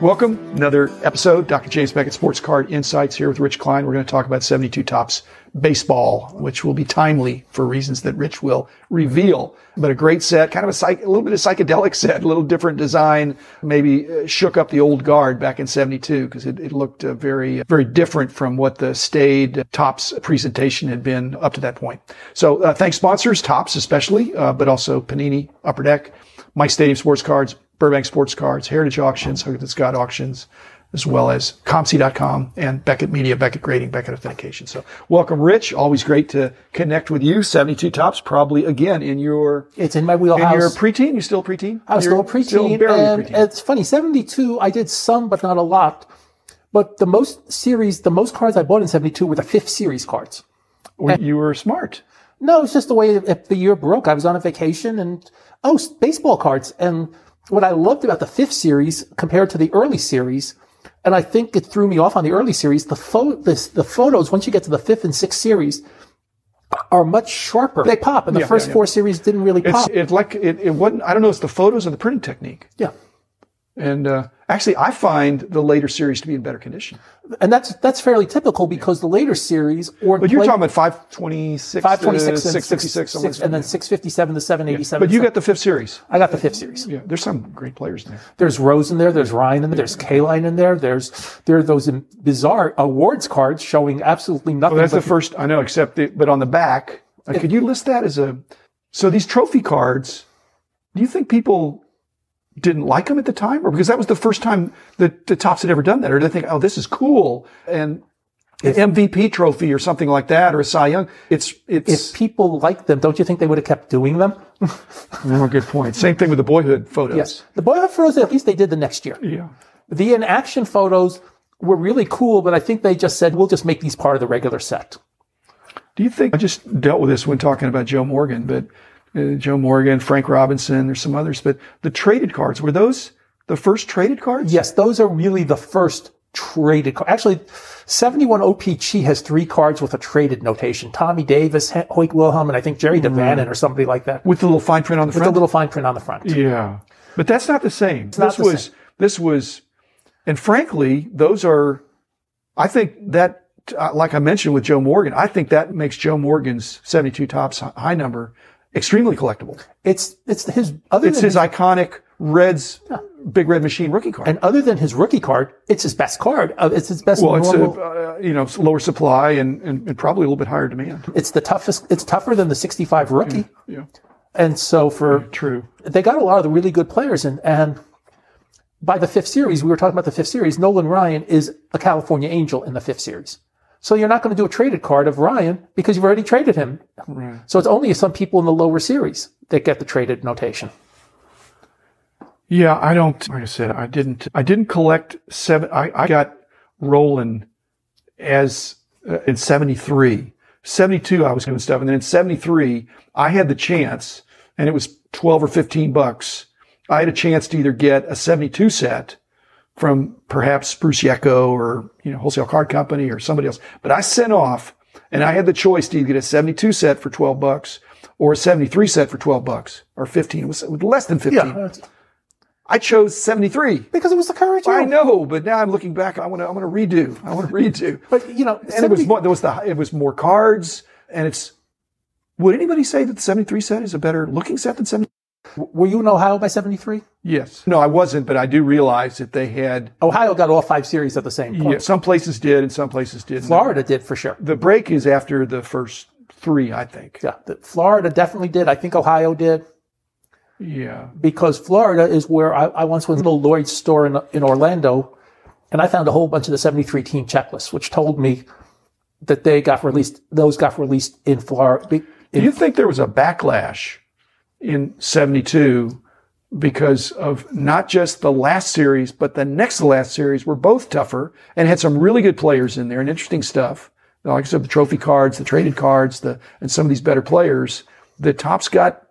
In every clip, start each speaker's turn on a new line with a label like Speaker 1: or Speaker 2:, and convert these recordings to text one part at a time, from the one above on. Speaker 1: Welcome, another episode. Dr. James Beckett, Sports Card Insights here with Rich Klein. We're going to talk about 72 Tops baseball, which will be timely for reasons that Rich will reveal. But a great set, kind of a, psych- a little bit of psychedelic set, a little different design, maybe uh, shook up the old guard back in 72 because it, it looked uh, very, very different from what the stayed Tops presentation had been up to that point. So uh, thanks sponsors, Tops especially, uh, but also Panini, Upper Deck, My Stadium Sports Cards, Burbank Sports Cards, Heritage Auctions, Hook Scott Auctions, as well as Compsy.com and Beckett Media, Beckett Grading, Beckett Authentication. So welcome, Rich. Always great to connect with you. 72 Tops, probably again in your,
Speaker 2: It's in my
Speaker 1: in
Speaker 2: wheelhouse.
Speaker 1: your preteen. You still preteen?
Speaker 2: I was
Speaker 1: You're
Speaker 2: still preteen,
Speaker 1: barely
Speaker 2: and
Speaker 1: preteen.
Speaker 2: it's funny. Seventy-two, I did some, but not a lot. But the most series, the most cards I bought in seventy-two were the fifth series cards.
Speaker 1: Well, you were smart.
Speaker 2: No, it's just the way if the year broke. I was on a vacation, and oh, s- baseball cards. And what I loved about the fifth series compared to the early series, and I think it threw me off on the early series. The pho- this, the photos once you get to the fifth and sixth series are much sharper. They pop, and the
Speaker 1: Yeah,
Speaker 2: first
Speaker 1: yeah, yeah.
Speaker 2: four series didn't really
Speaker 1: It's,
Speaker 2: pop.
Speaker 1: it like, it, it wasn't, I don't know, it's the photos or the printing technique.
Speaker 2: yeah.
Speaker 1: And, uh, actually I find the later series to be in better condition.
Speaker 2: and that's that's fairly typical because the later series or
Speaker 1: But you're talking about 526
Speaker 2: five twenty six and
Speaker 1: 656. something like
Speaker 2: and then six fifty seven to seven eighty
Speaker 1: that.
Speaker 2: seven.
Speaker 1: But you got the fifth series.
Speaker 2: I got the fifth series.
Speaker 1: Yeah, there's some great players in there.
Speaker 2: There's Rose in there. There's Ryan in there. There's Kaline in there. There's there are those im- bizarre awards cards showing absolutely nothing.
Speaker 1: Oh, That's the
Speaker 2: but
Speaker 1: first I know, except the, but on the back, uh, could you list that as a? So these trophy cards, do you think people didn't like them at the time, or because that was the first time that the tops had ever done that, or did they think, oh, this is cool, and an MVP trophy or something like that, or a Cy Young? It's it's
Speaker 2: if people liked them, don't you think they would have kept doing them?
Speaker 1: Oh, good point. Same thing with the boyhood photos.
Speaker 2: Yes. The Boyhood Photos, at least they did the next year.
Speaker 1: Yeah.
Speaker 2: The in action photos were really cool, but I think they just said, we'll just make these part of the regular set.
Speaker 1: Do you think I just dealt with this when talking about Joe Morgan, but uh, Joe Morgan, Frank Robinson, there's some others, but the traded cards were those the first traded cards?
Speaker 2: Yes, those are really the first traded cards. Actually, 71 OPG has three cards with a traded notation. Tommy Davis, He- Hoyt Wilhelm, and I think Jerry
Speaker 1: Mm-hmm.
Speaker 2: DeVannen or somebody like that.
Speaker 1: with the little fine print on the
Speaker 2: With a
Speaker 1: front.
Speaker 2: little fine print on the front.
Speaker 1: yeah, but that's not the same.
Speaker 2: not
Speaker 1: this
Speaker 2: the
Speaker 1: was this was, and frankly, those are. I think that, uh, like I mentioned with Joe Morgan, I think that makes Joe Morgan's seventy-two tops hi- high number extremely collectible.
Speaker 2: It's, it's his, other
Speaker 1: It's
Speaker 2: than
Speaker 1: his iconic Reds, Big Red Machine rookie card.
Speaker 2: and other than his rookie card, it's his best card. Uh, It's his best
Speaker 1: well, it's a,
Speaker 2: normal.
Speaker 1: uh, you know lower supply and, and, and probably a little bit higher demand.
Speaker 2: it's the toughest. It's tougher than the 65 rookie.
Speaker 1: Yeah,
Speaker 2: And so for
Speaker 1: true.
Speaker 2: they got a lot of the really good players in. And by the fifth series, we were talking about the fifth series. Nolan Ryan is a California Angel in the fifth series. So you're not going to do a traded card of Ryan because you've already traded him. So it's only some people in the lower series that get the traded notation.
Speaker 1: Yeah, I don't. Like I said, I didn't. I didn't collect seven. I, I got Roland as uh, in '73, '72. I was doing stuff, and then in '73, I had the chance, and it was twelve or fifteen bucks. I had a chance to either get a '72 set from perhaps Bruce Yecko or you know wholesale card company or somebody else, but I sent off, and I had the choice to either get a '72 set for twelve bucks or a '73 set for twelve bucks or fifteen. It was, it was less than fifteen. I chose 73.
Speaker 2: Because it was the current year.
Speaker 1: I know, but now I'm looking back. I want to. I want to redo. I want to redo.
Speaker 2: But, you know,
Speaker 1: And it was
Speaker 2: 70
Speaker 1: more. There was the. It was more cards. And it's. Would anybody say that the 73 set is a better looking set than 70?
Speaker 2: were you in Ohio by 73?
Speaker 1: Yes. No, I wasn't, but I do realize that they had.
Speaker 2: Ohio got all five series at the same point.
Speaker 1: yeah, some places did, and some places didn't.
Speaker 2: Florida did for sure.
Speaker 1: The break is after the first three, I think.
Speaker 2: Yeah, the- Florida definitely did. I think Ohio did.
Speaker 1: Yeah.
Speaker 2: because Florida is where I, I once went to the Lloyd's store in, in Orlando, and I found a whole bunch of the 73 team checklists, which told me that they got released, those got released in Florida.
Speaker 1: Do you think there was a backlash in 72 because of not just the last series, but the next to last series were both tougher and had some really good players in there and interesting stuff? Now, Like I said, the trophy cards, the traded cards, the, and some of these better players. The tops got,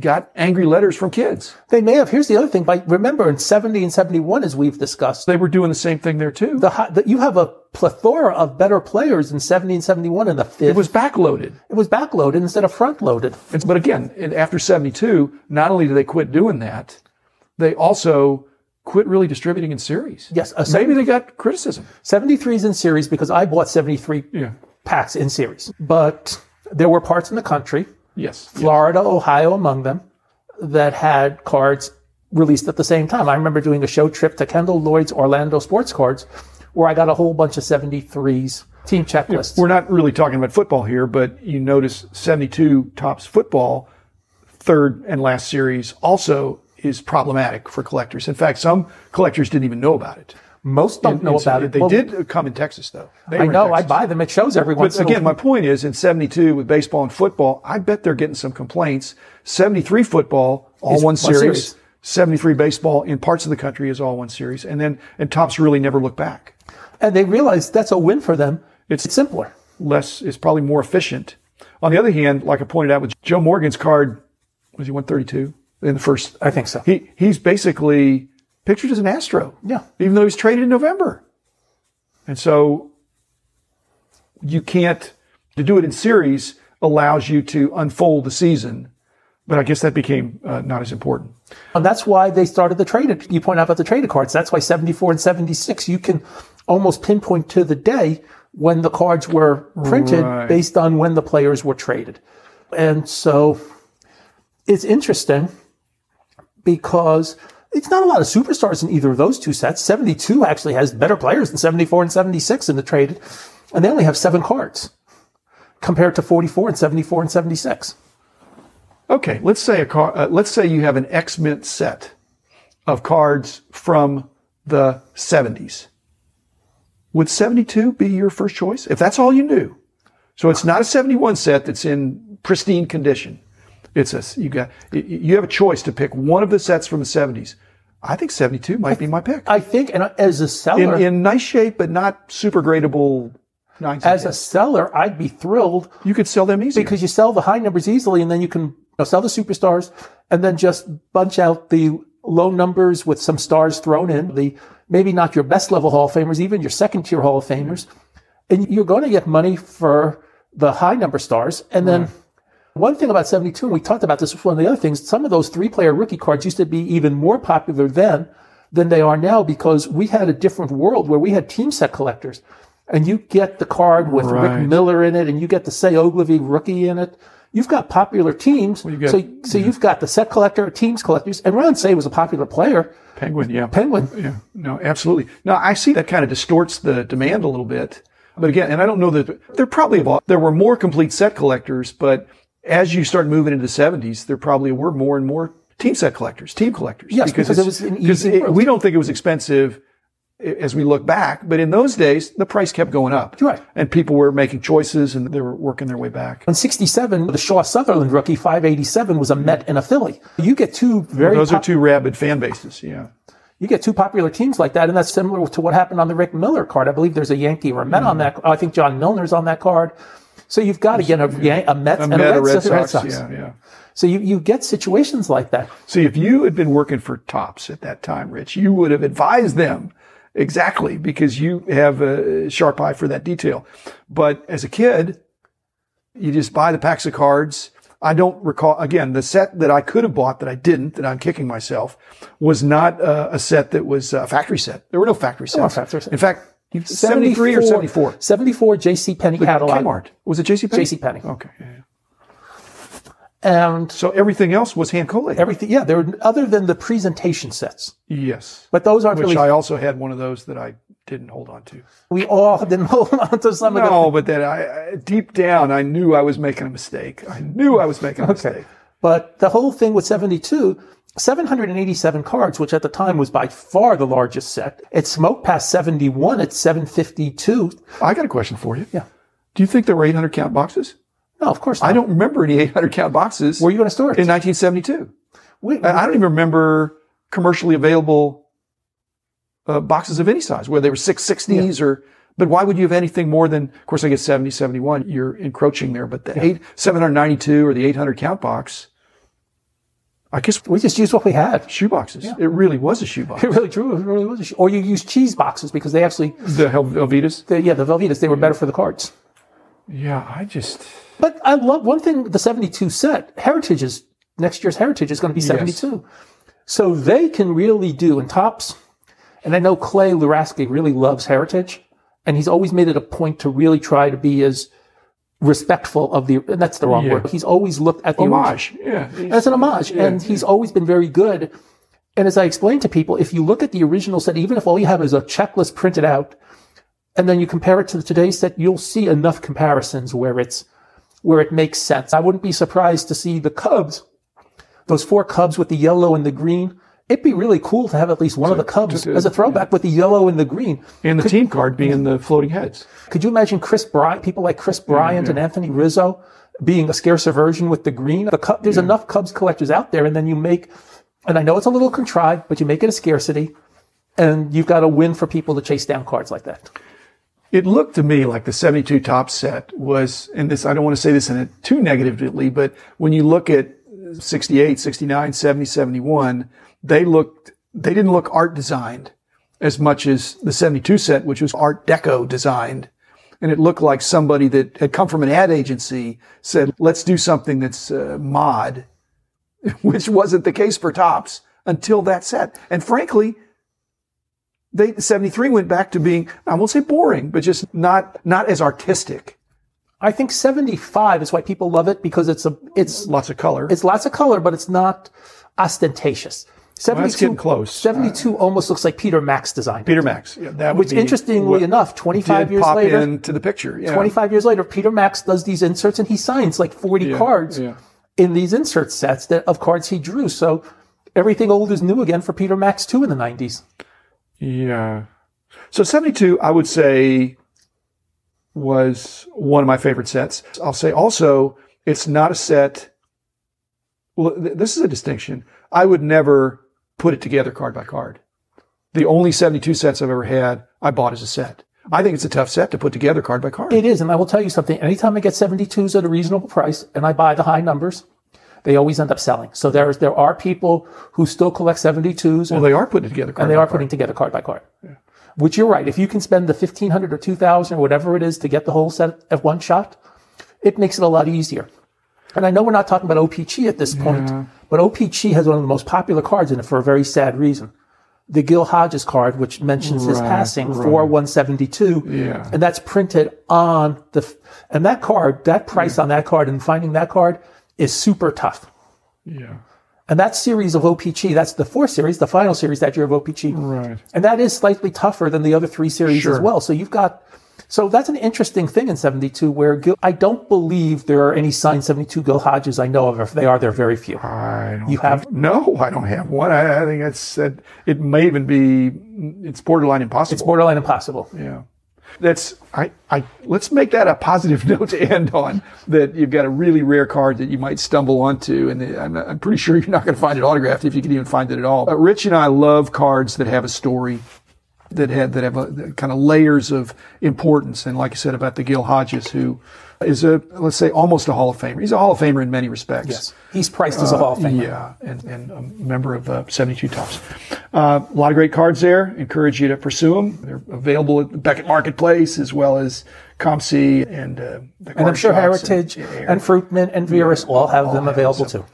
Speaker 1: got angry letters from kids.
Speaker 2: They may have, here's the other thing, but remember in 70 and 71, as we've discussed,
Speaker 1: They were doing the same thing there too.
Speaker 2: the, hi- that you have a plethora of better players in 70 and 71 in the fifth.
Speaker 1: It was backloaded.
Speaker 2: backloaded instead of front loaded.
Speaker 1: It's- But again, in- after 72, not only did they quit doing that, they also quit really distributing in series.
Speaker 2: Yes, a
Speaker 1: Maybe they got criticism.
Speaker 2: 73 is in series because I bought 73
Speaker 1: Yeah.
Speaker 2: packs in series. But there were parts in the country,
Speaker 1: Yes.
Speaker 2: Florida, Ohio among them, that had cards released at the same time. I remember doing a show trip to Kendall Lloyd's Orlando Sports Cards where I got a whole bunch of 73s team checklists.
Speaker 1: We're not really talking about football here, but you notice 72 tops football, third and last series, also is problematic for collectors. In fact, some collectors didn't even know about it.
Speaker 2: Most don't know
Speaker 1: And so
Speaker 2: about it.
Speaker 1: They
Speaker 2: Well,
Speaker 1: did come in Texas, though. They
Speaker 2: I
Speaker 1: were in
Speaker 2: know. I
Speaker 1: Texas.
Speaker 2: buy them at shows every once
Speaker 1: But
Speaker 2: in a
Speaker 1: again,
Speaker 2: while.
Speaker 1: my point is in 72 with baseball and football, I bet they're getting some complaints. 73 football, all
Speaker 2: Is
Speaker 1: one
Speaker 2: one
Speaker 1: series.
Speaker 2: series.
Speaker 1: 73 baseball in parts of the country is all one series. And then, and tops really never look back.
Speaker 2: And they realize that's a win for them. It's simpler.
Speaker 1: less is probably more efficient. On the other hand, like I pointed out with Joe Morgan's card, was he 132 in the first?
Speaker 2: I think so.
Speaker 1: He he's basically pictured as an Astro.
Speaker 2: Yeah.
Speaker 1: Even though he's traded in November, and so you can't to do it in series allows you to unfold the season. But I guess that became uh, not as important.
Speaker 2: And that's why they started the trade. You point out about the traded cards. That's why 74 and 76, you can almost pinpoint to the day when the cards were printed
Speaker 1: Right.
Speaker 2: based on when the players were traded. And so it's interesting because it's not a lot of superstars in either of those two sets. 72 actually has better players than 74 and 76 in the traded, and they only have seven cards compared to 44 and 74 and 76.
Speaker 1: Okay, let's say a car. Uh, let's say you have an X Mint set of cards from the '70s. Would '72 be your first choice if that's all you knew? So it's not a '71 set that's in pristine condition. It's a you got y- y- you have a choice to pick one of the sets from the '70s. I think '72 might be my pick.
Speaker 2: I think, and as a seller,
Speaker 1: In, in nice shape, but not super gradable. Nines and
Speaker 2: as a
Speaker 1: tens.
Speaker 2: seller, I'd be thrilled
Speaker 1: you could sell them easy.
Speaker 2: because you sell the high numbers easily and then you can you know, sell the superstars and then just bunch out the low numbers with some stars thrown in, the maybe not your best level Hall of Famers, even your second tier Hall of Famers. And you're going to get money for the high number stars. And then one thing about 72, and we talked about this was one of the other things, some of those three player rookie cards used to be even more popular then than they are now because we had a different world where we had team set collectors. And you get the card with
Speaker 1: Right.
Speaker 2: Rick Miller in it, and you get the Say Ogilvie rookie in it. You've got popular teams.
Speaker 1: got-
Speaker 2: so so you've got the set collector, teams collectors, and Ron Say was a popular player.
Speaker 1: Penguin, yeah.
Speaker 2: Penguin.
Speaker 1: Yeah, no, absolutely. Now I see that kind of distorts the demand a little bit, but again, and I don't know that there probably have- there were more complete set collectors, but as you start moving into the seventies, there probably were more and more team set collectors, team collectors.
Speaker 2: Yes, because it was an
Speaker 1: because
Speaker 2: easy
Speaker 1: it- we don't think it was expensive i- as we look back, but in those days the price kept going up,
Speaker 2: Right.
Speaker 1: And people were making choices and they were working their way back.
Speaker 2: In 67, the Shaw Sutherland rookie, 587, was a Met and a Philly. You get two very
Speaker 1: Those
Speaker 2: pop-
Speaker 1: are two rabid fan bases. Yeah,
Speaker 2: you get two popular teams like that, and that's similar to what happened on the Rick Miller card. I believe there's a Yankee or a Met
Speaker 1: Mm-hmm.
Speaker 2: on that. I think John Milner's on that card. So you've got again a, Yan- a Mets and
Speaker 1: Meta,
Speaker 2: a Red, Sox, Red Sox.
Speaker 1: Yeah, yeah.
Speaker 2: So you, you get situations like that.
Speaker 1: See, if you had been working for Tops at that time, Rich, you would have advised them exactly because you have a sharp eye for that detail. But as a kid, you just buy the packs of cards. I don't recall, again, the set that I could have bought that I didn't, that I'm kicking myself, was not uh, a set that was a factory set. There were no factory sets.
Speaker 2: factory sets.
Speaker 1: In fact, 73 or 74.
Speaker 2: 74 J.C. Penney catalog,
Speaker 1: Kmart. Was it JCPenney?
Speaker 2: JCPenney.
Speaker 1: Okay. yeah, yeah.
Speaker 2: and
Speaker 1: So everything else was hand collated.
Speaker 2: everything. Yeah, there were other than the presentation sets,
Speaker 1: yes.
Speaker 2: but those aren't
Speaker 1: Which
Speaker 2: really.
Speaker 1: I also had one of those that I didn't hold on to.
Speaker 2: we all didn't hold on to some of them.
Speaker 1: No, but then I, I deep down, I knew I was making a mistake. I knew I was making a mistake.
Speaker 2: But the whole thing with 72, 787 cards, which at the time was by far the largest set, it smoked past 71 at 752.
Speaker 1: I got a question for you.
Speaker 2: Yeah.
Speaker 1: Do you think there were 800 count boxes?
Speaker 2: No, of course not.
Speaker 1: I don't remember any 800 count boxes
Speaker 2: Were you in a store?
Speaker 1: in 1972.
Speaker 2: We-
Speaker 1: I I don't even remember commercially available uh, boxes of any size, whether they were 660s or, but why would you have anything more than, of course, I guess 70, 71, you're encroaching there, but the eight, 792 or the 800 count box, I guess
Speaker 2: we just used what we had.
Speaker 1: shoe boxes. It really was a shoe box.
Speaker 2: It really true. It really was. a sh- Or you used cheese boxes because they actually,
Speaker 1: The Hel- Helvetas.
Speaker 2: they, yeah, the Velvetas, they were better for the cards.
Speaker 1: Yeah, I just
Speaker 2: But I love one thing, the 72 set, Heritage is, next year's Heritage is going to be 72. So they can really do, and Tops, and I know Clay Luraski really loves heritage, and he's always made it a point to really try to be as respectful of the, and that's the wrong
Speaker 1: Yeah.
Speaker 2: word. He's always looked at the original-
Speaker 1: Homage. Yeah.
Speaker 2: as an homage. and he's always been very good. And as I explained to people, if you look at the original set, even if all you have is a checklist printed out, and then you compare it to today's set, you'll see enough comparisons where it's where it makes sense. I wouldn't be surprised to see the Cubs, those four Cubs with the yellow and the green. It'd be really cool to have at least one of the Cubs
Speaker 1: just a-
Speaker 2: as a throwback with the yellow and the green.
Speaker 1: And the team card being the floating heads.
Speaker 2: Could you imagine Chris Bryant, people like Chris Bryant and Anthony Rizzo being a scarcer version with the green? The Cub, there's enough Cubs collectors out there, and then you make, and I know it's a little contrived, but you make it a scarcity, and you've got a win for people to chase down cards like that.
Speaker 1: It looked to me like the 72 top set was, and this, I don't want to say this in a too negatively, but when you look at 68, 69, 70, 71, they looked, they didn't look art designed as much as the 72 set, which was art deco designed. And it looked like somebody that had come from an ad agency said, let's do something that's uh, mod, which wasn't the case for tops until that set. And frankly, they 73 went back to being I won't say boring, but just not not as artistic.
Speaker 2: I think 75 is why people love it because it's a it's
Speaker 1: Lots of color.
Speaker 2: it's lots of color, but it's not ostentatious. 72,
Speaker 1: that's getting close. Uh,
Speaker 2: 72 almost looks like Peter Max design.
Speaker 1: Peter Max. Yeah, that
Speaker 2: Which
Speaker 1: would be what
Speaker 2: interestingly enough, 25
Speaker 1: did
Speaker 2: years
Speaker 1: pop
Speaker 2: later,
Speaker 1: into the picture. Yeah.
Speaker 2: 25 years later, Peter Max does these inserts and he signs like 40 cards
Speaker 1: yeah.
Speaker 2: in these insert sets that of cards he drew. So everything old is new again for Peter Max too in the 90s.
Speaker 1: Yeah. So 72, I would say, was one of my favorite sets. I'll say also, it's not a set. Well, th- this is a distinction. I would never put it together card by card. The only 72 sets I've ever had, I bought as a set. I think it's a tough set to put together card by card.
Speaker 2: It is, and I will tell you something. Anytime I get 72s at a reasonable price and I buy the high numbers, they always end up selling. So there's there are people who still collect 72s
Speaker 1: well,
Speaker 2: and
Speaker 1: they are putting it together card
Speaker 2: and they
Speaker 1: by
Speaker 2: are
Speaker 1: card.
Speaker 2: putting together card by card. Which you're right. If you can spend the 1500 or 2000 or whatever it is to get the whole set at one shot, it makes it a lot easier. And I know we're not talking about OPG at this point, but OPG has one of the most popular cards in it for a very sad reason. The Gil Hodges card, which mentions his passing for 172.
Speaker 1: Yeah.
Speaker 2: And that's printed on the, f- and that card, that price on that card and finding that card is super tough.
Speaker 1: Yeah.
Speaker 2: And that series of OPG, that's the fourth series, the final series that year of OPG.
Speaker 1: Right.
Speaker 2: And that is slightly tougher than the other three series as
Speaker 1: Sure.
Speaker 2: well. So you've got, so that's an interesting thing in 72 where Gil, I don't believe there are any signed 72 Gil Hodges I know of. If they are, there are very few.
Speaker 1: I don't
Speaker 2: You have,
Speaker 1: No, I don't have one. I, I think that's that. It may even be it's borderline
Speaker 2: it's
Speaker 1: impossible.
Speaker 2: borderline impossible.
Speaker 1: yeah, that's I. I let's make that a positive note to end on. That you've got a really rare card that you might stumble onto, and I'm, I'm pretty sure you're not going to find it autographed if you can even find it at all. Uh, Rich and I love cards that have a story. That have that have a, that kind of layers of importance, and like you said about the Gil Hodges, who is a let's say almost a Hall of Famer. He's a Hall of Famer in many respects.
Speaker 2: Yes. Uh, He's priced as a Hall of Famer.
Speaker 1: Yeah, and, and a member of uh, 72 Tops. Uh, a lot of great cards there. Encourage you to pursue them. They're available at the Beckett Marketplace as well as ComC and uh, the
Speaker 2: And I'm sure Heritage and, Fruitman and Verus all have them available too.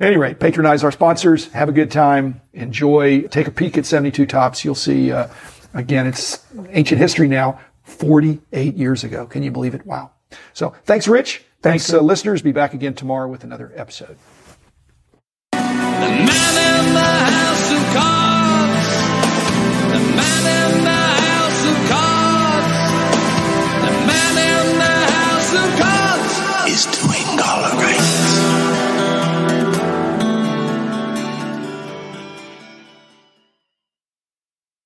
Speaker 1: Anyway, patronize our sponsors. Have a good time. Enjoy. Take a peek at 72 Tops. You'll see, uh, again, it's ancient history now, 48 years ago. Can you believe it? Wow. So thanks, Rich. Thanks, uh, listeners. Be back again tomorrow with another episode.
Speaker 3: The man in the house of cards. The man in the house of cards. The man in the house of cards.
Speaker 4: is doing